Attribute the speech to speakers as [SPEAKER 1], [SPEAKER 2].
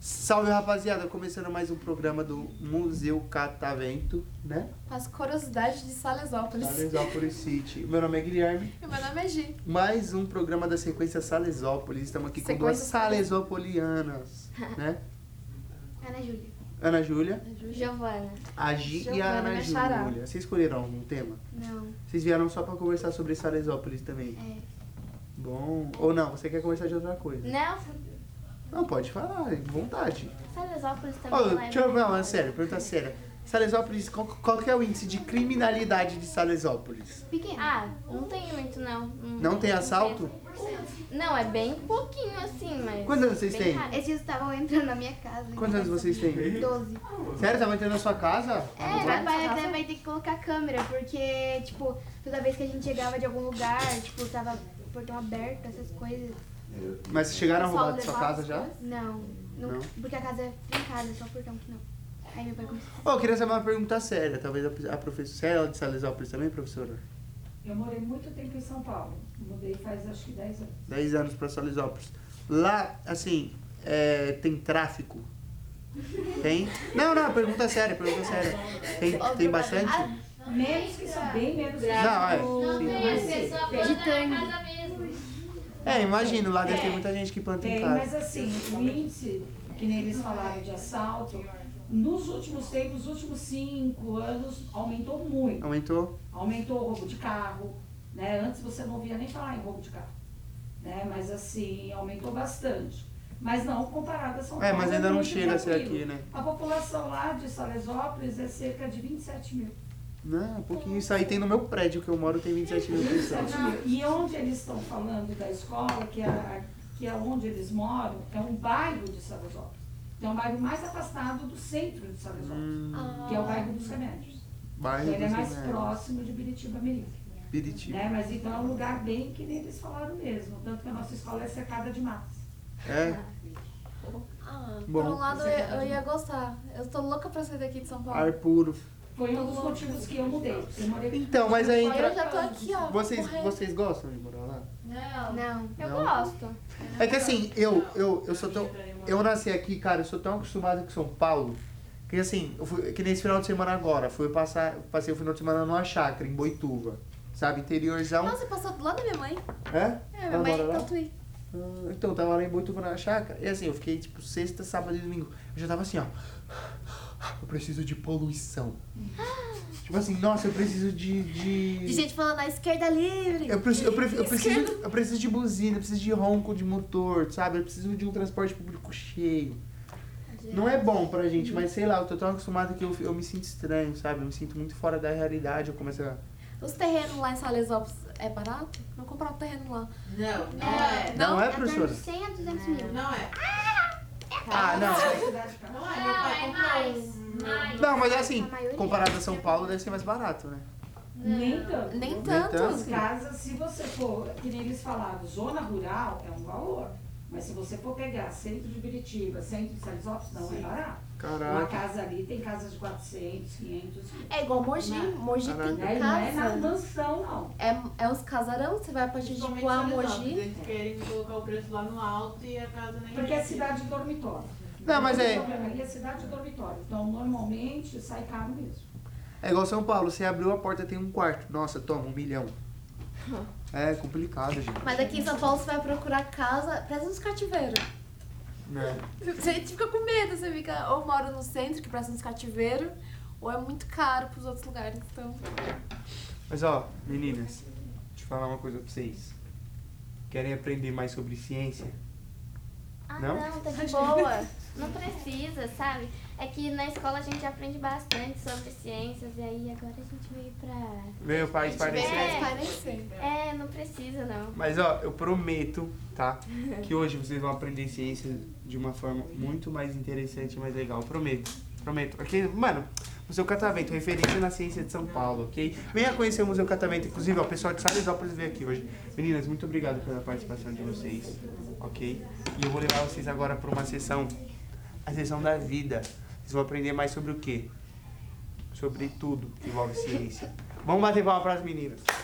[SPEAKER 1] Salve rapaziada, começando mais um programa do Museu Catavento, né?
[SPEAKER 2] As curiosidades de Salesópolis.
[SPEAKER 1] Salesópolis City. Meu nome é Guilherme.
[SPEAKER 2] E meu nome é Gi.
[SPEAKER 1] Mais um programa da sequência Salesópolis. Estamos aqui com duas
[SPEAKER 2] Sequência
[SPEAKER 1] salesópolianas, né?
[SPEAKER 3] Ana Júlia.
[SPEAKER 1] Ana Júlia,
[SPEAKER 3] Giovana.
[SPEAKER 1] a Gi e a
[SPEAKER 2] Giovana
[SPEAKER 1] Ana
[SPEAKER 2] Mechará.
[SPEAKER 1] Júlia. Vocês escolheram algum tema?
[SPEAKER 3] Não.
[SPEAKER 1] Vocês vieram só pra conversar sobre Salesópolis também?
[SPEAKER 3] É.
[SPEAKER 1] Bom. Ou não, você quer conversar de outra coisa?
[SPEAKER 3] Não.
[SPEAKER 1] Não, pode falar, à vontade.
[SPEAKER 3] Salesópolis também
[SPEAKER 1] Ô,
[SPEAKER 3] não é.
[SPEAKER 1] deixa eu não, é sério, pergunta séria. Salesópolis, qual, qual que é o índice de criminalidade de Salesópolis?
[SPEAKER 3] Pequeno. Ah, não tem muito, não.
[SPEAKER 1] Não tem assalto?
[SPEAKER 3] tem. Não, é bem pouquinho assim, mas.
[SPEAKER 1] Quantos anos vocês
[SPEAKER 3] bem
[SPEAKER 1] têm?
[SPEAKER 3] raro.
[SPEAKER 4] Esses dias estavam entrando na minha casa.
[SPEAKER 1] Quantos anos vocês têm?
[SPEAKER 4] 12.
[SPEAKER 1] Sério, tava entrando na sua casa?
[SPEAKER 4] É,
[SPEAKER 2] Agora?
[SPEAKER 4] meu pai até vai ter que colocar câmera, porque, tipo, toda vez que a gente chegava de algum lugar, tipo, tava portão aberto, essas coisas.
[SPEAKER 1] Mas vocês chegaram a roubar Tá da
[SPEAKER 4] Pessoal
[SPEAKER 1] sua casa
[SPEAKER 4] levava as
[SPEAKER 1] já?
[SPEAKER 4] coisas? Não, não.
[SPEAKER 1] Não?
[SPEAKER 4] Porque a casa é trancada, só o portão que não. Aí meu pai começou.
[SPEAKER 1] Ô, eu queria saber uma pergunta séria. Talvez a, a professora... Sério, de Salesópolis também, professora?
[SPEAKER 5] Eu morei muito tempo em São Paulo. Mudei faz acho que 10 anos.
[SPEAKER 1] 10 anos pra Salesópolis. Lá, assim, é, tem tráfico? Tem? Não, não, pergunta séria, pergunta séria. Tem, tem bastante?
[SPEAKER 5] Menos que isso, bem menos que
[SPEAKER 1] Não, é, sim.
[SPEAKER 5] Mas assim, sim, tem.
[SPEAKER 1] É, imagino, lá deve ter muita gente que planta em
[SPEAKER 5] Tem,
[SPEAKER 1] casa.
[SPEAKER 5] mas assim,
[SPEAKER 1] Tá.
[SPEAKER 5] o índice, que nem eles falaram de assalto, nos últimos tempos, nos últimos 5 anos, aumentou muito.
[SPEAKER 1] Aumentou?
[SPEAKER 5] Aumentou o roubo de carro, né? Antes você não ouvia nem falar em roubo de carro, né? Mas assim, aumentou bastante. Mas não comparado a São
[SPEAKER 1] É,
[SPEAKER 5] Paulo.
[SPEAKER 1] mas ainda não
[SPEAKER 5] muito
[SPEAKER 1] chega a ser
[SPEAKER 5] tranquilo.
[SPEAKER 1] aqui, né?
[SPEAKER 5] A população lá de Salesópolis é cerca de 27 mil.
[SPEAKER 1] Não, um pouquinho. Isso aí tem no meu prédio que eu moro, tem 27 mil pessoas.
[SPEAKER 5] E onde eles estão falando da escola, que é, a- que é onde eles moram, é um bairro de Salesópolis. É um bairro mais afastado do centro de Salesópolis,
[SPEAKER 1] Hum,
[SPEAKER 5] que é o bairro dos remédios.
[SPEAKER 1] bairro
[SPEAKER 5] Ele é
[SPEAKER 1] dos
[SPEAKER 5] mais
[SPEAKER 1] Remédios. Tipo
[SPEAKER 5] próximo de Biritiba Mirim.
[SPEAKER 1] Biritiba.
[SPEAKER 5] Né? Mas então é um lugar bem que nem eles falaram mesmo. Tanto que a nossa escola é cercada de matas.
[SPEAKER 1] É?
[SPEAKER 2] Ah,
[SPEAKER 1] Bom.
[SPEAKER 2] por um lado eu, eu ia gostar. Eu tô louca pra sair daqui de São Paulo.
[SPEAKER 1] Ar puro.
[SPEAKER 5] Foi um dos motivos que eu mudei. Eu morei
[SPEAKER 1] Então, mas aí
[SPEAKER 2] Aí eu
[SPEAKER 1] entra...
[SPEAKER 2] já tô aqui, ó.
[SPEAKER 1] Vocês,
[SPEAKER 2] correndo.
[SPEAKER 1] vocês gostam de morar lá?
[SPEAKER 3] Não.
[SPEAKER 2] Eu
[SPEAKER 1] Não.
[SPEAKER 2] gosto.
[SPEAKER 1] É que assim, eu, eu, eu sou tão. Eu nasci aqui, cara, eu sou tão acostumado com São Paulo. Que assim, eu fui, que nesse final de semana agora, fui passar, passei o final de semana numa chácara, em Boituva. Sabe, interiorzão.
[SPEAKER 2] Nossa, passou do lado da minha mãe.
[SPEAKER 1] É?
[SPEAKER 2] É,
[SPEAKER 1] Ela
[SPEAKER 2] minha mãe
[SPEAKER 1] mora
[SPEAKER 2] é
[SPEAKER 1] lá?
[SPEAKER 2] tatuí.
[SPEAKER 1] Ah, Então, eu tava lá em Boituva na chácara. E assim, eu fiquei tipo sexta, sábado e domingo. Eu já tava assim, ó. Eu preciso de poluição. tipo assim, nossa, eu preciso de. de...
[SPEAKER 2] De gente falando na esquerda livre.
[SPEAKER 1] Eu, preciso, eu, prefiro- eu preciso, eu preciso de buzina, eu preciso de ronco de motor, sabe? Eu preciso de um transporte público cheio. Não é bom pra gente, mas sei lá, eu tô tão acostumado que eu, eu me sinto estranho, sabe? Eu me sinto muito fora da realidade. Eu começo a.
[SPEAKER 2] Os terrenos lá em Salesópolis é barato? Vou comprar um terreno lá.
[SPEAKER 6] Não, não é.
[SPEAKER 1] Não, é,
[SPEAKER 4] "Em torno de
[SPEAKER 1] professora?
[SPEAKER 4] 100 a 200 mil.
[SPEAKER 6] Não é.
[SPEAKER 1] Ah, não.
[SPEAKER 5] cidade pra
[SPEAKER 6] Não é. Meu
[SPEAKER 2] Ah,
[SPEAKER 6] pai comprou um.
[SPEAKER 1] Não, mas é assim,
[SPEAKER 4] A maioria.
[SPEAKER 1] comparado a São Paulo, deve ser mais barato, né?
[SPEAKER 5] Nem tanto.
[SPEAKER 2] Nem
[SPEAKER 5] As
[SPEAKER 2] tanto.
[SPEAKER 1] tanto.
[SPEAKER 5] casas, se você for, que nem eles falaram, zona rural é um valor. Mas se você for pegar centro de Biritiba, centro de Salesópolis, não é barato. Uma
[SPEAKER 1] Caraca.
[SPEAKER 5] casa ali tem casas de 400, 500,
[SPEAKER 2] É igual Mogi. Mogi
[SPEAKER 1] Caraca.
[SPEAKER 5] né?
[SPEAKER 2] tem
[SPEAKER 5] E não é na
[SPEAKER 2] casa.
[SPEAKER 5] mansão, não.
[SPEAKER 2] É, é uns casarão, você vai pra
[SPEAKER 5] tipo,
[SPEAKER 6] Principalmente
[SPEAKER 2] Jijipuá,
[SPEAKER 6] Salesópolis,
[SPEAKER 2] Mogi.
[SPEAKER 6] Eles querem colocar o preço lá no alto e a casa nem.
[SPEAKER 5] Porque é cidade dormitório.
[SPEAKER 1] Não, mas é-
[SPEAKER 5] O problema ali é cidade dormitório. Então, normalmente, sai caro mesmo.
[SPEAKER 1] É igual São Paulo, você abriu a porta tem um quarto. Nossa, toma, um milhão. É complicado, gente.
[SPEAKER 2] Mas aqui em São Paulo você vai procurar casa, parece uns cativeiros.
[SPEAKER 1] Né?
[SPEAKER 2] Você fica com medo, você fica ou mora no centro, que parece uns cativeiro, ou é muito caro pros outros lugares. Então,
[SPEAKER 1] Mas ó, meninas, deixa eu falar uma coisa pra vocês. Querem aprender mais sobre ciência?
[SPEAKER 3] Ah,
[SPEAKER 1] Não?
[SPEAKER 3] não, tá de boa. Não precisa, sabe? É que na escola a gente aprende bastante sobre ciências e aí agora a gente veio pra.
[SPEAKER 1] Veio para
[SPEAKER 2] bem
[SPEAKER 3] parece-
[SPEAKER 1] esclarecer.
[SPEAKER 2] mais parecer.
[SPEAKER 3] É, não precisa não.
[SPEAKER 1] Mas ó, eu prometo, tá? Que hoje vocês vão aprender ciência de uma forma muito mais interessante e mais legal. Prometo. Prometo. Porque, mano, Museu Catavento, referência na ciência de São Paulo, ok? Venha conhecer o Museu Catavento. Inclusive, ó, o pessoal de Salesópolis veio aqui hoje. Meninas, muito obrigado pela participação de vocês, ok? E eu vou levar vocês agora para uma sessão, a sessão da vida. Vocês vão aprender mais sobre o quê? sobre tudo que envolve ciência. Vamos bater palma para as meninas.